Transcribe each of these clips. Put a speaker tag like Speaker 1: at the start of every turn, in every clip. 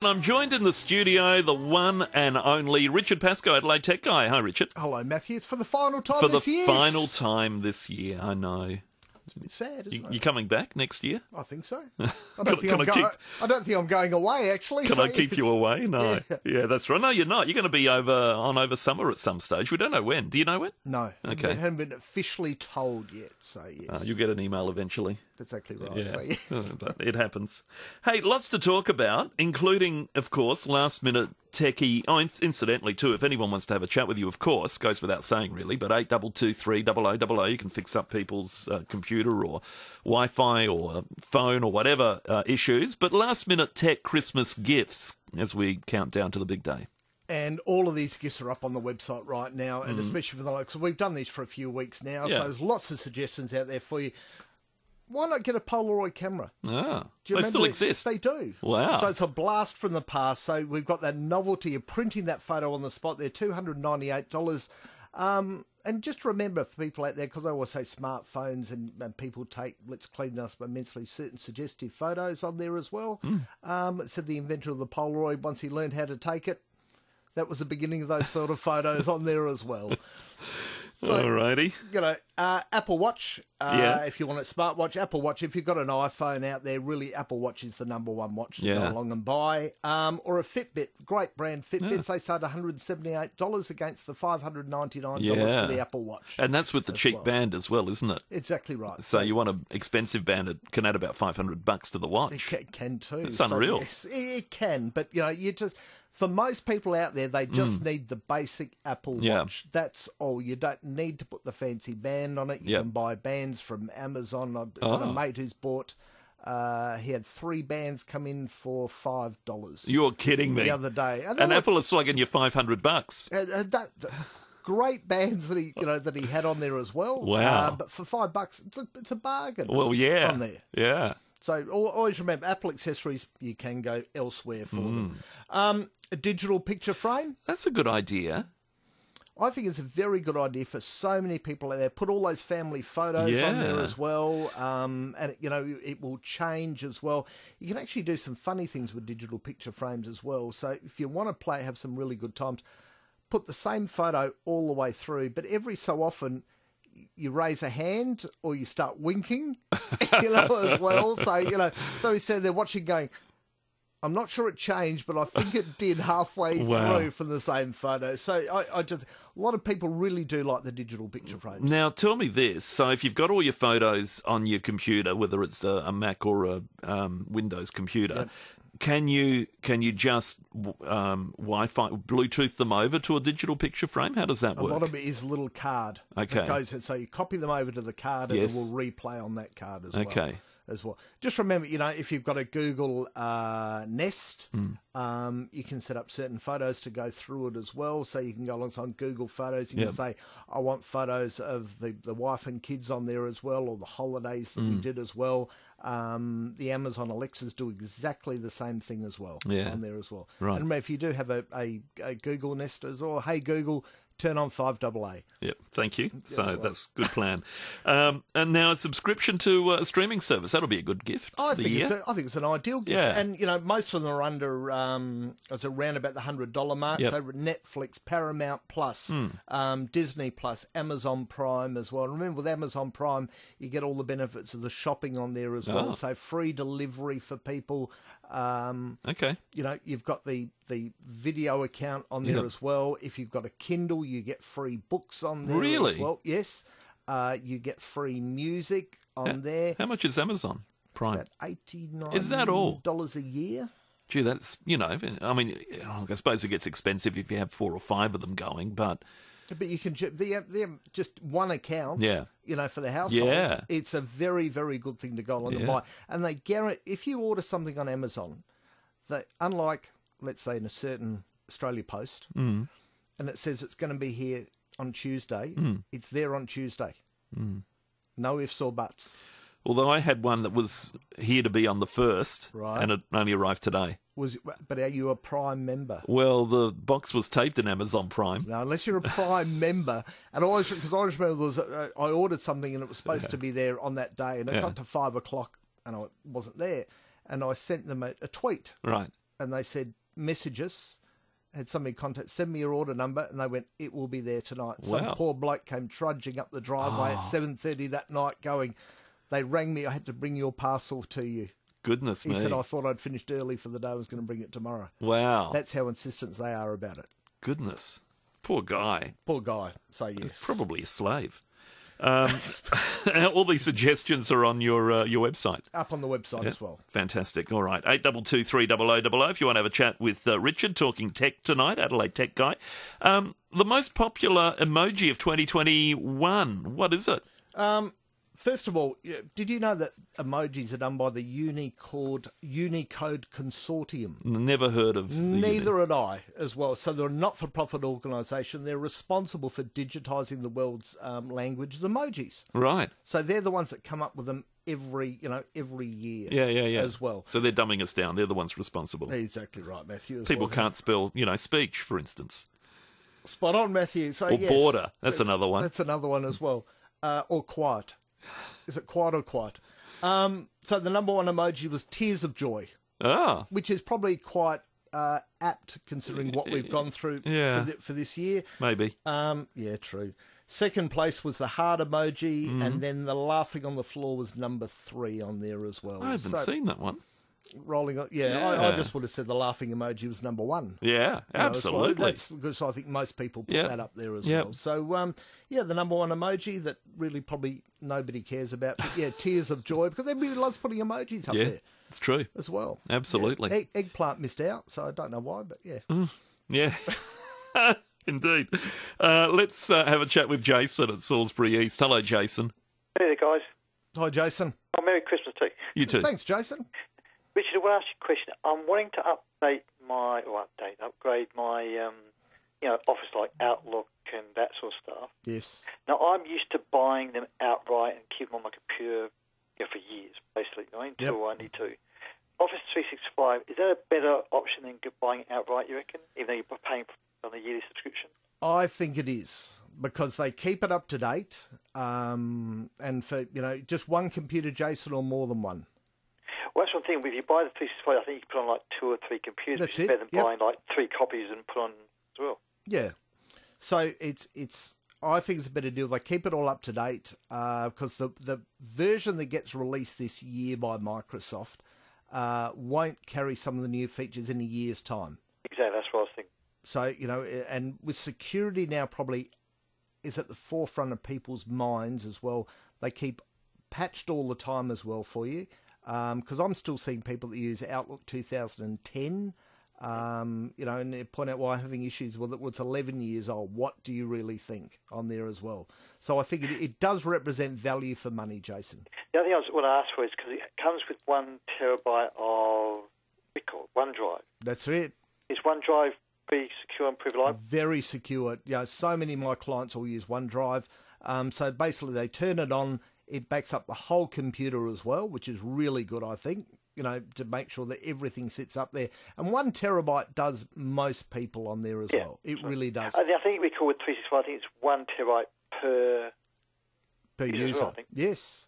Speaker 1: I'm joined in the studio, the one and only Richard Pascoe, Adelaide Tech Guy. Hi, Richard.
Speaker 2: Hello, Matthew. It's for the final time
Speaker 1: For the
Speaker 2: this year.
Speaker 1: final time this year, I know.
Speaker 2: It's a bit sad, isn't
Speaker 1: You,
Speaker 2: it?
Speaker 1: you coming back next year?
Speaker 2: I think so. I don't, think
Speaker 1: can
Speaker 2: I'm
Speaker 1: I
Speaker 2: go-
Speaker 1: keep-
Speaker 2: I don't think I'm going away, actually.
Speaker 1: Can
Speaker 2: so
Speaker 1: I keep
Speaker 2: it's-
Speaker 1: you away? No.
Speaker 2: Yeah.
Speaker 1: Yeah. that's right. No, you're not. You're going to be over on over summer at some stage. We don't know when. Do you know when?
Speaker 2: No.
Speaker 1: Okay.
Speaker 2: It hadn't been officially told yet, so yes.
Speaker 1: Uh, you'll get an email eventually.
Speaker 2: that's exactly right.
Speaker 1: Yeah.
Speaker 2: So, yeah.
Speaker 1: but it happens. Hey, lots to talk about, including, of course, last minute techie. Oh, in- incidentally, too, if anyone wants to have a chat with you, of course, goes without saying, really. But eight double two three double O double O, you can fix up people's uh, computer or Wi-Fi or phone or whatever uh, issues. But last minute tech Christmas gifts as we count down to the big day.
Speaker 2: And all of these gifts are up on the website right now, and especially for the likes. We've done these for a few weeks now,
Speaker 1: Mm. Yeah.
Speaker 2: so there's lots of suggestions out there for you. Why not get a Polaroid camera?
Speaker 1: Ah,
Speaker 2: Do you
Speaker 1: they
Speaker 2: remember
Speaker 1: still
Speaker 2: that?
Speaker 1: exist.
Speaker 2: They do.
Speaker 1: Wow.
Speaker 2: So it's a blast from the past. So we've got that novelty of printing that photo on the spot. They're two hundred ninety-eight dollars. Um, and just remember for people out there, because I always say smartphones and, and people take let's clean us immensely certain suggestive photos on there as well.
Speaker 1: Hmm.
Speaker 2: Um, it said the inventor of the Polaroid once he learned how to take it. That was the beginning of those sort of photos on there as well.
Speaker 1: Alrighty.
Speaker 2: You know, uh, Apple Watch. Uh,
Speaker 1: Yeah.
Speaker 2: If you want a smartwatch, Apple Watch. If you've got an iPhone out there, really, Apple Watch is the number one watch to
Speaker 1: Yeah.
Speaker 2: go along and buy. Um, or a Fitbit, great brand Fitbits. They start one hundred seventy-eight dollars against the five hundred ninety-nine dollars
Speaker 1: Yeah.
Speaker 2: for the Apple Watch.
Speaker 1: And that's with the cheap band as well, isn't it?
Speaker 2: exactly right.
Speaker 1: So you want an expensive band, it can add about 500 bucks to the
Speaker 2: It
Speaker 1: watch.
Speaker 2: ca- can too.
Speaker 1: It's unreal.
Speaker 2: yes, it- it can, but you know, you just for most people out there, they just need the basic Apple
Speaker 1: Mm. Yeah.
Speaker 2: Watch. That's all. You don't need to put the fancy band on it. You
Speaker 1: Yeah.
Speaker 2: can buy bands from Amazon. I've got
Speaker 1: Ah.
Speaker 2: a mate who's bought. Uh, he had three bands come in for five dollars
Speaker 1: You're kidding me.
Speaker 2: the other day, and, they're
Speaker 1: An
Speaker 2: like-
Speaker 1: apple is slugging you 500 bucks.
Speaker 2: and- and that, the great bands that he you know that he had on there as well.
Speaker 1: Wow.
Speaker 2: Uh, but for five bucks, it's a, it's a bargain.
Speaker 1: Well, yeah.
Speaker 2: On there.
Speaker 1: Yeah.
Speaker 2: So al- always remember, Apple accessories you can go elsewhere for them. Um, a digital picture frame,
Speaker 1: That's a good idea.
Speaker 2: I think it's a very good idea for so many people out there. Put all those family photos on there
Speaker 1: Yeah.
Speaker 2: as well, um, and it, you know it will change as well. You can actually do some funny things with digital picture frames as well. So if you want to play, have some really good times, put the same photo all the way through, but every so often you raise a hand or you start winking, you know, as well. So, you know, so he's sitting there watching going, I'm not sure it changed, but I think it did halfway
Speaker 1: Wow.
Speaker 2: through from the same photo. So I, I just, a lot of people really do like the digital picture frames.
Speaker 1: Now, tell me this. So, if you've got all your photos on your computer, whether it's a, a Mac or a um, Windows computer, can you can you just w- um, Wi-Fi Bluetooth them over to a digital picture frame? How does that
Speaker 2: a lot
Speaker 1: work?
Speaker 2: of it is a little card. that
Speaker 1: Okay.
Speaker 2: goes in. so you copy them over to the card and
Speaker 1: Yes.
Speaker 2: it will replay on that card as well.
Speaker 1: Okay.
Speaker 2: As well. Just remember, you know, if you've got a Google uh, Nest,
Speaker 1: Hmm.
Speaker 2: um, you can set up certain photos to go through it as well. So you can go alongside Google Photos. You
Speaker 1: Yep.
Speaker 2: can say, I want photos of the, the wife and kids on there as well, or the holidays that we
Speaker 1: Hmm.
Speaker 2: did as well. Um, the Amazon Alexas do exactly the same thing as well
Speaker 1: Yeah.
Speaker 2: on there as well.
Speaker 1: Right.
Speaker 2: And remember, if you do have a, a, a Google Nest as well, hey Google, turn on five double A.
Speaker 1: Yep. Thank you. so
Speaker 2: right.
Speaker 1: that's good plan. um, and now a subscription to uh, a streaming service. That'll be a good gift.
Speaker 2: Oh, I
Speaker 1: for the
Speaker 2: think
Speaker 1: year.
Speaker 2: it's a, I think it's an ideal gift,
Speaker 1: Yeah.
Speaker 2: and you know most of them are under um, it's around about the hundred dollar mark.
Speaker 1: Yep. Hmm.
Speaker 2: So Netflix, Paramount Plus, um, Disney Plus, Amazon Prime as well. And remember with Amazon Prime, you get all the benefits of the shopping on there as well.
Speaker 1: Ah.
Speaker 2: So free delivery for people. Um,
Speaker 1: Okay.
Speaker 2: you know you've got the the video account on there
Speaker 1: Yeah.
Speaker 2: as well if you've got a kindle you get free books on there as
Speaker 1: Really?
Speaker 2: well yes uh, you get free music on there
Speaker 1: How much is Amazon Prime?
Speaker 2: about 89
Speaker 1: Is that all?
Speaker 2: dollars a year
Speaker 1: Gee, that's you know. I mean, I suppose it gets expensive if you have four or five of them going, but
Speaker 2: but you can ju- the, the just one account
Speaker 1: Yeah.
Speaker 2: you know for the household
Speaker 1: Yeah.
Speaker 2: it's a very very good thing to go along and
Speaker 1: Yeah.
Speaker 2: buy and they guarantee if you order something on amazon that unlike let's say in a certain australia post
Speaker 1: Mm.
Speaker 2: and it says it's going to be here on Tuesday.
Speaker 1: Mm.
Speaker 2: It's there on Tuesday. No ifs or buts.
Speaker 1: although I had one that was here to be on the first,
Speaker 2: Right.
Speaker 1: and it only arrived today.
Speaker 2: Was but are you a Prime member?
Speaker 1: Well, the box was taped in Amazon Prime.
Speaker 2: Now, unless you're a Prime member, and I always because I always remember there was a, I ordered something and it was supposed to be there on that day, and it
Speaker 1: Yeah.
Speaker 2: got to five o'clock and I wasn't there, and I sent them a, a tweet
Speaker 1: Right.
Speaker 2: and they said message us. Had somebody contact, send me your order number, and they went, "It will be there tonight."
Speaker 1: Wow. Ah.
Speaker 2: Some poor bloke came trudging up the driveway at seven thirty that night, going, "They rang me. I had to bring your parcel to you."
Speaker 1: Goodness
Speaker 2: He
Speaker 1: me.
Speaker 2: said, "Oh, "I thought I'd finished early for the day. I was going to bring it tomorrow."
Speaker 1: wow.
Speaker 2: That's how insistent they are about it.
Speaker 1: Goodness. Poor guy.
Speaker 2: Poor guy. So yes,
Speaker 1: Probably a slave. Um, all these suggestions are on your uh, your website.
Speaker 2: up on the website as well.
Speaker 1: Fantastic. All right. 822-30000 if you want to have a chat with uh, Richard talking tech tonight, Adelaide Tech Guy. Um, the most popular emoji of 2021, what is it?
Speaker 2: First of all, yeah, did you know that emojis are done by the Unicode Unicode Consortium?
Speaker 1: Never heard of. the
Speaker 2: Neither had I, as well. So they're a not-for-profit organisation. They're responsible for digitising the world's um, languages, emojis.
Speaker 1: uni- Right.
Speaker 2: So they're the ones that come up with them every, you know, every year.
Speaker 1: Yeah, yeah, yeah.
Speaker 2: As well.
Speaker 1: So they're dumbing us down. They're the ones responsible.
Speaker 2: Exactly right, Matthew. as
Speaker 1: People
Speaker 2: well.
Speaker 1: can't spell, you know, speech, for instance.
Speaker 2: Spot on, Matthew. So
Speaker 1: Or
Speaker 2: yes,
Speaker 1: border. That's another one.
Speaker 2: That's another one as well. Uh, or quiet. Is it quiet or quiet? Um, so the number one emoji was tears of joy.
Speaker 1: Ah,
Speaker 2: which is probably quite uh, apt considering what we've gone through
Speaker 1: Yeah.
Speaker 2: for, thi- for this year.
Speaker 1: maybe.
Speaker 2: Um, yeah, true. Second place was the heart emoji,
Speaker 1: Mm-hmm.
Speaker 2: and then the laughing on the floor was number three on there as well.
Speaker 1: I haven't
Speaker 2: So,
Speaker 1: seen that one.
Speaker 2: rolling. On, yeah, I,
Speaker 1: Yeah.
Speaker 2: I just would have said the laughing emoji was number one.
Speaker 1: Yeah,
Speaker 2: you know, as well.
Speaker 1: absolutely.
Speaker 2: That's because I think most people put
Speaker 1: Yep.
Speaker 2: that up there as
Speaker 1: Yep.
Speaker 2: well. So, um, yeah, the number one emoji that really probably nobody cares about. But yeah, tears of joy because everybody loves putting emojis up
Speaker 1: yeah,
Speaker 2: there
Speaker 1: it's true.
Speaker 2: as well.
Speaker 1: Absolutely.
Speaker 2: Egg, eggplant missed out, so I don't know why, but yeah.
Speaker 1: Mm. Yeah. Indeed. Uh, let's uh, have a chat with Jason at Salisbury East. Hello, Jason.
Speaker 3: Hey there, guys.
Speaker 2: Hi, Jason.
Speaker 3: Oh, Merry Christmas to you.
Speaker 1: You too.
Speaker 2: Thanks, Jason.
Speaker 3: Richard, I want to ask you a question. I'm wanting to update my, or update, upgrade my, um, you know, office like Outlook and that sort of stuff.
Speaker 2: Yes.
Speaker 3: Now, I'm used to buying them outright and keep them on my computer you know, for years, basically, right, until I need to. Office 365, is that a better option than g- buying it outright, you reckon, even though you're paying on a yearly subscription?
Speaker 2: I think it is because they keep it up to date. Um, and for, you know, just one computer, Jason, or more than one.
Speaker 3: Well, that's one thing. If you buy the 365, I think you can put on like two or three computers,
Speaker 2: That's
Speaker 3: which is
Speaker 2: it,
Speaker 3: better than
Speaker 2: yep.
Speaker 3: buying like three copies and put on as well.
Speaker 2: Yeah. So it's, it's, I think it's a better deal. They keep it all up to date because the, the version that gets released this year by Microsoft uh, won't carry some of the new features in a year's time.
Speaker 3: Exactly, that's what I was thinking.
Speaker 2: So, you know, and with security now probably is at the forefront of people's minds as well. They keep patched all the time as well for you. Because I'm still seeing people that use Outlook 2010, um, you know, and they point out why I'm having issues with it. Well, it's 11 years old. What do you really think on there as well? So I think it, it does represent value for money, Jason.
Speaker 3: The other thing I was, what I asked for is because it comes with one terabyte of record, OneDrive.
Speaker 2: That's it.
Speaker 3: Is OneDrive be secure and privileged?
Speaker 2: very secure. You know, so many of my clients all use OneDrive. Um, so basically, they turn it on. It backs up the whole computer as well, which is really good, I think. You know, to make sure that everything sits up there. And one terabyte does most people on there as
Speaker 3: Yeah,
Speaker 2: well. It really does
Speaker 3: Uh, I, think- I think we call it 365. I think it's one terabyte per.
Speaker 2: per
Speaker 3: as well,
Speaker 2: user.
Speaker 3: I think.
Speaker 2: yes,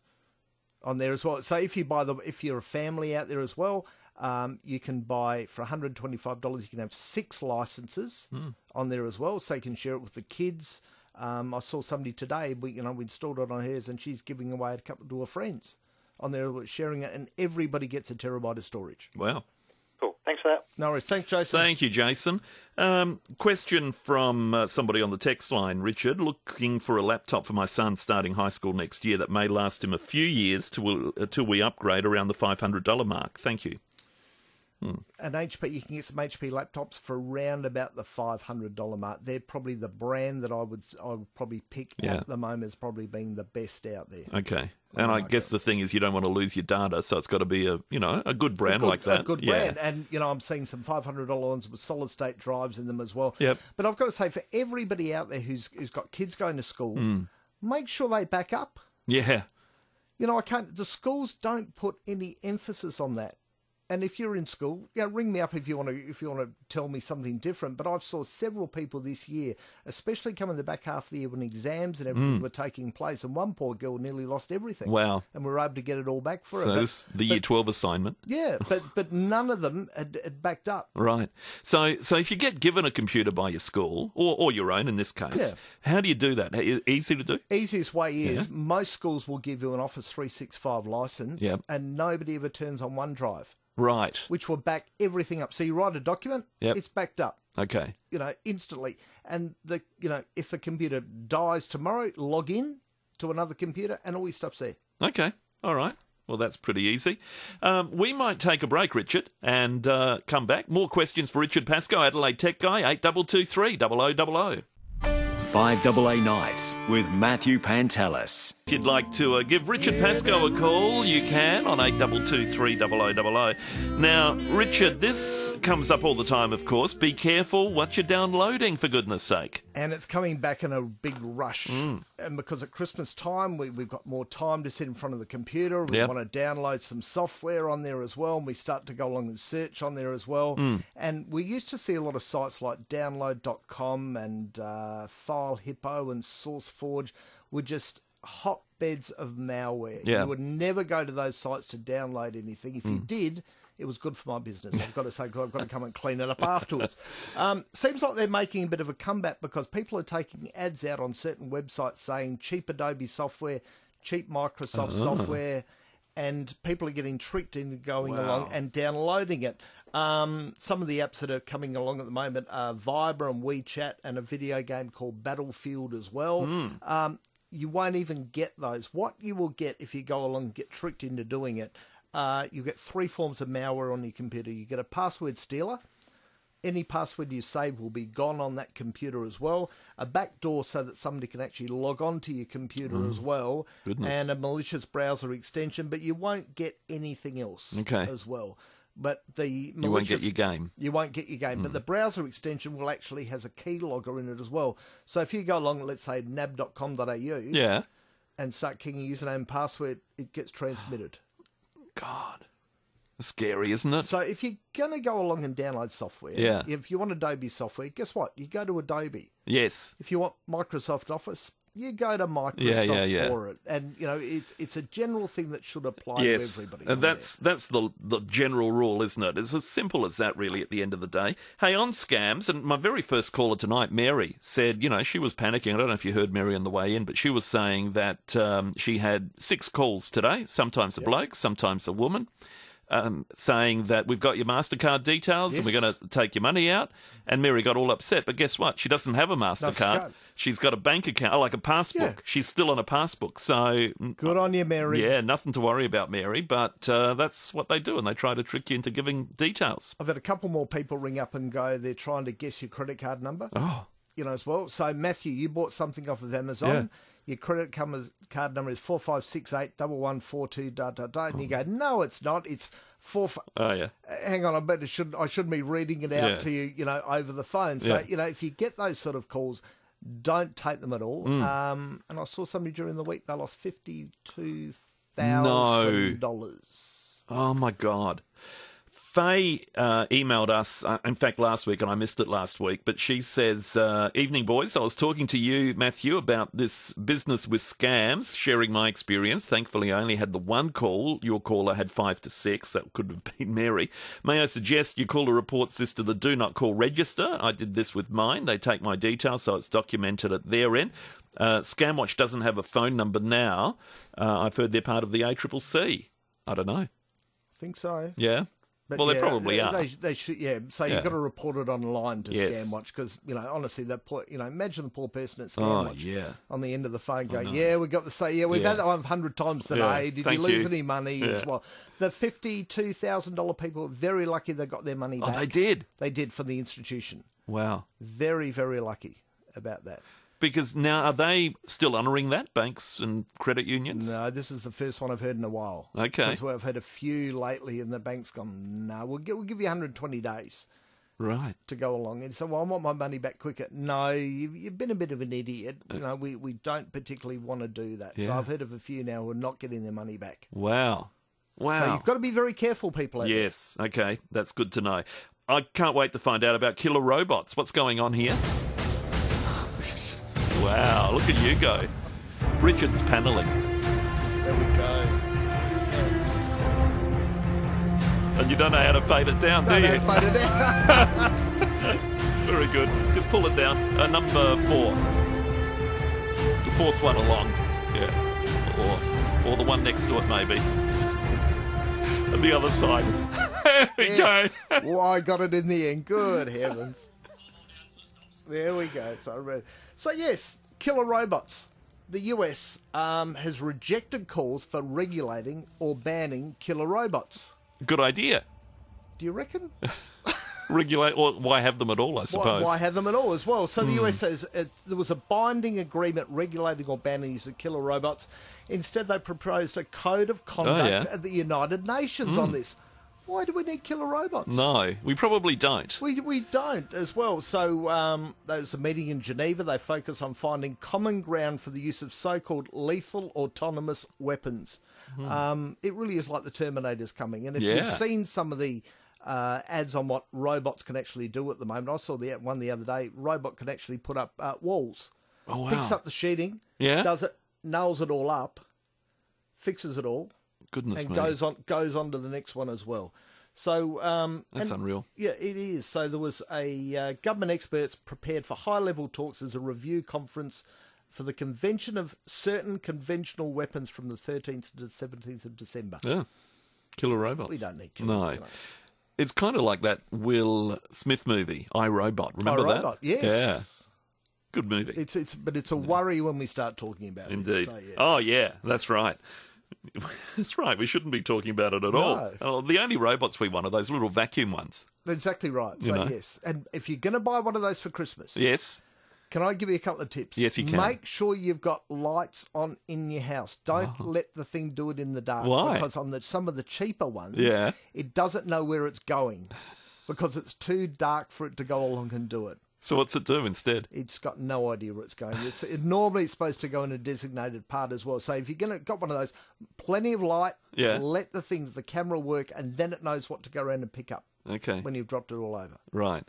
Speaker 2: on there as well. So if you buy the, if you're a family out there as well. Um, you can buy for $125. You can have six licenses
Speaker 3: Hmm.
Speaker 2: on there as well, so you can share it with the kids. Um, I saw somebody today. We, you know, we installed it on hers, and she's giving away a couple to her friends on there, sharing it, and everybody gets a terabyte of storage.
Speaker 1: Wow.
Speaker 3: Cool. Thanks for that.
Speaker 2: No worries. Thanks, Jason.
Speaker 1: Thank you, Jason. Um, question from uh, somebody on the text line, Richard. Looking for a laptop for my son starting high school next year that may last him a few years till, uh, till we upgrade around the $500 mark. Thank you.
Speaker 2: an HP, you can get some HP laptops for around about the five hundred dollar mark. They're probably the brand that I would I would probably pick
Speaker 1: Yeah.
Speaker 2: at the moment as probably being the best out there.
Speaker 1: Okay.
Speaker 2: Oh
Speaker 1: And I guess the thing is, you don't want to lose your data, so it's got to be a you know a good brand
Speaker 2: good,
Speaker 1: like that.
Speaker 2: A good
Speaker 1: yeah.
Speaker 2: brand, and you know I'm seeing some five hundred dollar ones with solid state drives in them as well.
Speaker 1: Yep.
Speaker 2: But I've got to say, for everybody out there who's who's got kids going to school,
Speaker 1: Mm.
Speaker 2: make sure they back up.
Speaker 1: Yeah,
Speaker 2: You know, I can't. The schools don't put any emphasis on that. And if you're in school, you know, ring me up if you want to if you want to tell me something different. But I've saw several people this year, especially coming the back half of the year when exams and everything
Speaker 1: Mm.
Speaker 2: were taking place, and one poor girl nearly lost everything.
Speaker 1: Wow.
Speaker 2: And we were able to get it all back for her.
Speaker 1: So
Speaker 2: But-
Speaker 1: this the year twelve assignment.
Speaker 2: yeah, but but none of them had, had backed up.
Speaker 1: Right. So, so if you get given a computer by your school or, or your own in this case, how do you do that? E- Easy to do?
Speaker 2: Easiest way is most schools will give you an Office 365 license,
Speaker 1: Yep.
Speaker 2: and nobody ever turns on OneDrive,
Speaker 1: Right.
Speaker 2: which will back everything up. So you write a document,
Speaker 1: Yep.
Speaker 2: it's backed up.
Speaker 1: Okay.
Speaker 2: you know, instantly. And the you know, if the computer dies tomorrow, log in to another computer and all your stuff's there.
Speaker 1: Okay. All right. Well, that's pretty easy. Um, we might take a break, Richard, and uh, come back. More questions for Richard Pascoe, Adelaide Tech Guy, 8223 0000.
Speaker 4: 5AA Nights with Matthew Pantelis.
Speaker 1: If you'd like to uh, give Richard Pascoe a call, you can on 8223 oh Now, Richard, this comes up all the time, of course. Be careful what you're downloading, for goodness sake.
Speaker 2: And it's coming back in a big rush.
Speaker 1: Mm.
Speaker 2: And because at Christmas time, we, we've got more time to sit in front of the computer. We
Speaker 1: Yep.
Speaker 2: want to download some software on there as well. And we start to go along and search on there as well.
Speaker 1: Mm.
Speaker 2: And we used to see a lot of sites like download.com and uh, FileHippo and SourceForge were just hotbeds of malware.
Speaker 1: Yeah.
Speaker 2: You would never go to those sites to download anything. If you did, it was good for my business. I've got to say, God, I've got to come and clean it up afterwards. Um, seems like they're making a bit of a comeback because people are taking ads out on certain websites saying cheap Adobe software, cheap Microsoft software, and people are getting tricked into going along and downloading it. Um, some of the apps that are coming along at the moment are Viber and WeChat and a video game called Battlefield as well. Um, you won't even get those. What you will get if you go along and get tricked into doing it, uh, you get three forms of malware on your computer. You get a password stealer. Any password you save will be gone on that computer as well. A backdoor so that somebody can actually log on to your computer as well.
Speaker 1: Mm. Goodness.
Speaker 2: And a malicious browser extension, but you won't get anything else
Speaker 1: Okay.
Speaker 2: as well. But the
Speaker 1: You won't get
Speaker 2: malicious-
Speaker 1: your game.
Speaker 2: you won't get your game.
Speaker 1: Hmm.
Speaker 2: But the browser extension will actually has a keylogger in it as well. So if you go along, let's say nab.com.au
Speaker 1: Yeah.
Speaker 2: and start keying your username and password, it gets transmitted.
Speaker 1: God. Scary, isn't it?
Speaker 2: So if you're going to go along and download software,
Speaker 1: Yeah.
Speaker 2: if you want Adobe software, guess what? You go to Adobe.
Speaker 1: yes.
Speaker 2: If you want Microsoft Office, you go to Microsoft
Speaker 1: Yeah, yeah, yeah.
Speaker 2: for it. And, you know, it's, it's a general thing that should apply
Speaker 1: Yes.
Speaker 2: to everybody.
Speaker 1: And that's that's the the general rule, isn't it? It's as simple as that really at the end of the day. Hey, on scams, and my very first caller tonight, Mary, said, you know, she was panicking. I don't know if you heard Mary on the way in, but she was saying that um, she had six calls today, sometimes a bloke, sometimes a woman. um, saying that we've got your MasterCard details and we're going to take your money out. And Mary got all upset. But guess what? She doesn't have a MasterCard.
Speaker 2: got-
Speaker 1: She's got a bank account, oh, like a passbook.
Speaker 2: Yeah.
Speaker 1: She's still on a passbook. So, mm,
Speaker 2: Good on you, Mary.
Speaker 1: yeah, nothing to worry about, Mary. But uh, that's what they do. And they try to trick you into giving details.
Speaker 2: I've had a couple more people ring up and go, they're trying to guess your credit card number.
Speaker 1: Oh,
Speaker 2: you know, as well. So Matthew, you bought something off of Amazon. Your credit com- card number is four five six eight double one four two da da da, and you go, no, it's not. It's four. F-
Speaker 1: oh yeah.
Speaker 2: Hang on, I better should I shouldn't be reading it out
Speaker 1: Yeah.
Speaker 2: to you, you know, over the phone. So
Speaker 1: Yeah.
Speaker 2: you know, if you get those sort of calls, don't take them at all.
Speaker 1: Mm.
Speaker 2: Um, and I saw somebody during the week they lost fifty two thousand dollars.
Speaker 1: Oh my God. Faye uh, emailed us, uh, in fact, last week, and I missed it last week, but she says, uh, Evening, boys. I was talking to you, Matthew, about this business with scams, sharing my experience. Thankfully, I only had the one call. Your caller had five to six. That could have been Mary. May I suggest you call a report this to the Do Not Call register? I did this with mine. They take my details, so it's documented at their end. Uh, Scamwatch doesn't have a phone number now. Uh, I've heard they're part of the ACCC. I don't know.
Speaker 2: Think so.
Speaker 1: Yeah. well, they
Speaker 2: yeah,
Speaker 1: probably
Speaker 2: they,
Speaker 1: are.
Speaker 2: They, they should, yeah. So
Speaker 1: Yeah.
Speaker 2: you've got to report it online to
Speaker 1: Yes.
Speaker 2: ScamWatch because you know, honestly, that poor, you know, imagine the poor person at
Speaker 1: Oh,
Speaker 2: ScamWatch
Speaker 1: yeah.
Speaker 2: on the end of the phone going, "Yeah, we got the say, yeah, we've
Speaker 1: Yeah.
Speaker 2: had that one hundred times today. Did
Speaker 1: Thank
Speaker 2: you lose
Speaker 1: you."
Speaker 2: any money?"
Speaker 1: Yeah.
Speaker 2: As well, the fifty-two thousand dollar people are very lucky they got their money
Speaker 1: oh,
Speaker 2: back.
Speaker 1: they did.
Speaker 2: They did for the institution.
Speaker 1: Wow.
Speaker 2: Very, very lucky about that.
Speaker 1: Because now are they still honouring that banks and credit unions?
Speaker 2: No, this is the first one I've heard in a while.
Speaker 1: Okay.
Speaker 2: That's where I've had a few lately, and the bank's gone. No, we'll, gi- we'll give you one hundred twenty days.
Speaker 1: Right.
Speaker 2: to go along and say, "Well, I want my money back quicker." No, you, you've been a bit of an idiot. You know, we, we don't particularly want to do that. So
Speaker 1: Yeah.
Speaker 2: I've heard of a few now who are not getting their money back.
Speaker 1: Wow.
Speaker 2: So
Speaker 1: Wow.
Speaker 2: you've got to be very careful, people. out there.
Speaker 1: Oh. yes. Okay. That's good to know. I can't wait to find out about killer robots. What's going on here? Wow. Look at you go. Richard's paneling.
Speaker 2: There we go.
Speaker 1: And you don't know how to fade it down, do
Speaker 2: Don't
Speaker 1: you?
Speaker 2: have fun in there.
Speaker 1: Very good. Just pull it down. Uh, number four. The fourth one along. Yeah. Or, or the one next to it, maybe. And the other side. there we go.
Speaker 2: well, I got it in the end. Good heavens. There we go. So, re- so yes, killer robots. The US um, has rejected calls for regulating or banning killer robots.
Speaker 1: Good idea.
Speaker 2: Do you reckon?
Speaker 1: Regulate, or why have them at all, I suppose. Hmm.
Speaker 2: Why, why have them at all as well? So the US says uh there was a binding agreement regulating or banning use of killer robots. Instead, they proposed a code of conduct
Speaker 1: Oh, yeah. Hmm.
Speaker 2: at the United Nations on this. Why do we need killer robots?
Speaker 1: no, we probably don't.
Speaker 2: We, we don't as well. So um, there's a meeting in Geneva. They focus on finding common ground for the use of so-called lethal autonomous weapons. Um, it really is like the Terminator's coming. And if you've
Speaker 1: Hmm. Yeah.
Speaker 2: seen some of the uh, ads on what robots can actually do at the moment, I saw the one the other day. Robot can actually put up uh, walls.
Speaker 1: Oh,
Speaker 2: Picks
Speaker 1: wow.
Speaker 2: up the sheeting.
Speaker 1: Yeah?
Speaker 2: Does it? Nails it all up. Fixes it all
Speaker 1: Goodness
Speaker 2: and
Speaker 1: me.
Speaker 2: goes on goes on to the next one as well. So um,
Speaker 1: That's
Speaker 2: and-
Speaker 1: unreal.
Speaker 2: Yeah, it is. So there was a uh, government experts prepared for high level talks as a review conference for the convention of certain conventional weapons from the 13th to the 17th of December.
Speaker 1: yeah. Killer robots.
Speaker 2: We don't need to.
Speaker 1: No. It's kind of like that Will Smith movie, I Robot. Remember that?
Speaker 2: robot. Yes.
Speaker 1: Yeah. Good movie.
Speaker 2: It's it's but it's a worry when we start talking about it.
Speaker 1: Indeed.
Speaker 2: So, yeah.
Speaker 1: Oh, yeah, that's right. That's right. We shouldn't be talking about it at all.
Speaker 2: No.
Speaker 1: Oh, the only robots we want are those little vacuum ones.
Speaker 2: Exactly right. So
Speaker 1: know.
Speaker 2: yes. And if you're going to buy one of those for Christmas,
Speaker 1: Yes.
Speaker 2: Can I give you a couple of tips?
Speaker 1: Yes, you can.
Speaker 2: Make sure you've got lights on in your house. Don't let the thing do it in the dark.
Speaker 1: Oh. Why?
Speaker 2: Because on the, some of the cheaper ones,
Speaker 1: Yeah.
Speaker 2: it doesn't know where it's going because it's too dark for it to go along and do it.
Speaker 1: So what's it do instead?
Speaker 2: It's got no idea where it's going. It's it, normally it's supposed to go in a designated part as well. So if you're gonna got one of those, plenty of light.
Speaker 1: Yeah.
Speaker 2: Let the things, the camera work, and then it knows what to go around and pick up
Speaker 1: Okay.
Speaker 2: when you've dropped it all over.
Speaker 1: Right.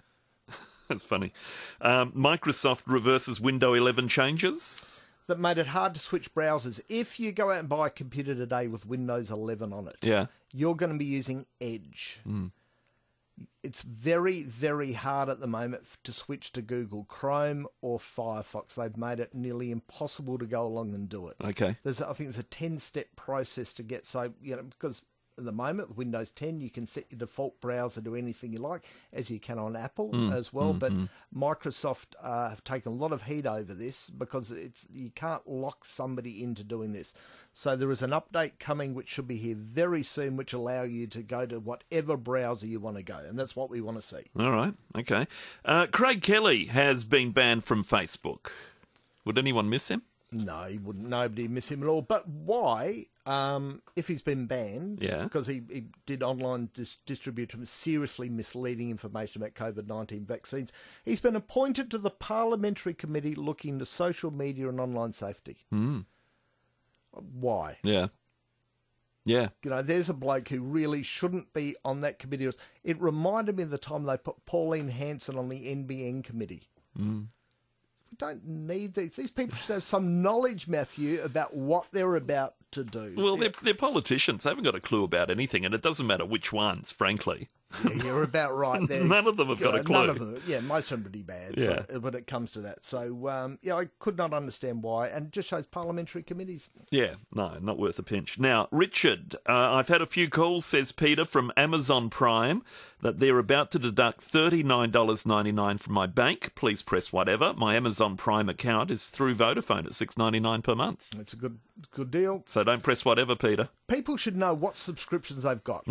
Speaker 1: that's funny. Um, Microsoft reverses Window 11 changes.
Speaker 2: that made it hard to switch browsers. If you go out and buy a computer today with Windows 11 on it,
Speaker 1: Yeah.
Speaker 2: you're going to be using Edge. It's very, very hard at the moment f- to switch to Google Chrome or Firefox. They've made it nearly impossible to go along and do it.
Speaker 1: Okay.
Speaker 2: There's, I think, it's a ten-step process to get so you know because at the moment with Windows 10 you can set your default browser to anything you like, as you can on Apple as well. But Microsoft uh, have taken a lot of heat over this because it's you can't lock somebody into doing this. So there is an update coming which should be here very soon, which allow you to go to whatever browser you want to go, and that's what we want to see.
Speaker 1: All right. Okay. Uh, Craig Kelly has been banned from Facebook. Would anyone miss him?
Speaker 2: No, he wouldn't. Nobody miss him at all. But why, um, if he's been banned,
Speaker 1: Yeah.
Speaker 2: because he, he did online dis- distribute some seriously misleading information about COVID 19 vaccines, he's been appointed to the parliamentary committee looking to social media and online safety. Why?
Speaker 1: Yeah. Yeah.
Speaker 2: You know, there's a bloke who really shouldn't be on that committee. It reminded me of the time they put Pauline Hanson on the NBN committee.
Speaker 1: Mm.
Speaker 2: We don't need these. These people should have some knowledge, Matthew, about what they're about to do.
Speaker 1: Well, they're, they're politicians. They haven't got a clue about anything, and it doesn't matter which ones, frankly.
Speaker 2: Yeah, you're about right there.
Speaker 1: None of them have
Speaker 2: You
Speaker 1: got a
Speaker 2: know, None of
Speaker 1: clue.
Speaker 2: them. Yeah, most of them are pretty bad
Speaker 1: Yeah.
Speaker 2: so, when it comes to that. So, um, yeah, I could not understand why. And it just shows parliamentary committees.
Speaker 1: Yeah, no, not worth a pinch. Now, Richard, uh, I've had a few calls, says Peter, from Amazon Prime that they're about to deduct $39.99 from my bank. Please press whatever. My Amazon Prime account is through Vodafone at $6.99 per month.
Speaker 2: It's a good, good deal.
Speaker 1: So don't press whatever, Peter.
Speaker 2: people should know what subscriptions they've got.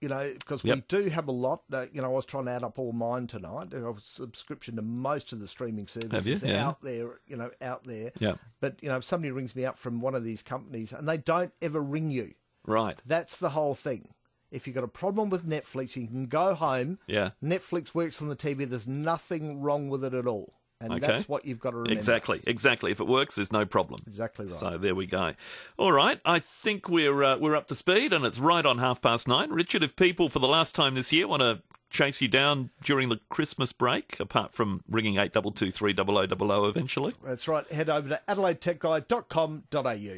Speaker 2: You know, because we
Speaker 1: Mm. Yep.
Speaker 2: do have a lot. Uh, you know, I was trying to add up all mine tonight. I was subscription to most of the streaming services
Speaker 1: Yeah.
Speaker 2: out there. You know, out there.
Speaker 1: Yeah.
Speaker 2: But you know, if somebody rings me up from one of these companies, and they don't ever ring you.
Speaker 1: Right.
Speaker 2: That's the whole thing. If you've got a problem with Netflix, you can go home.
Speaker 1: Yeah.
Speaker 2: Netflix works on the TV. There's nothing wrong with it at all. And
Speaker 1: Okay.
Speaker 2: that's what you've got to remember.
Speaker 1: Exactly, exactly. If it works, there's no problem.
Speaker 2: Exactly right.
Speaker 1: So there we go. All right, I think we're uh, we're up to speed, and it's right on half past nine. Richard, if people for the last time this year want to chase you down during the Christmas break, apart from ringing eight double two three double o double o oh eventually,
Speaker 2: That's right. Head over to adelaidetechguide.com.au.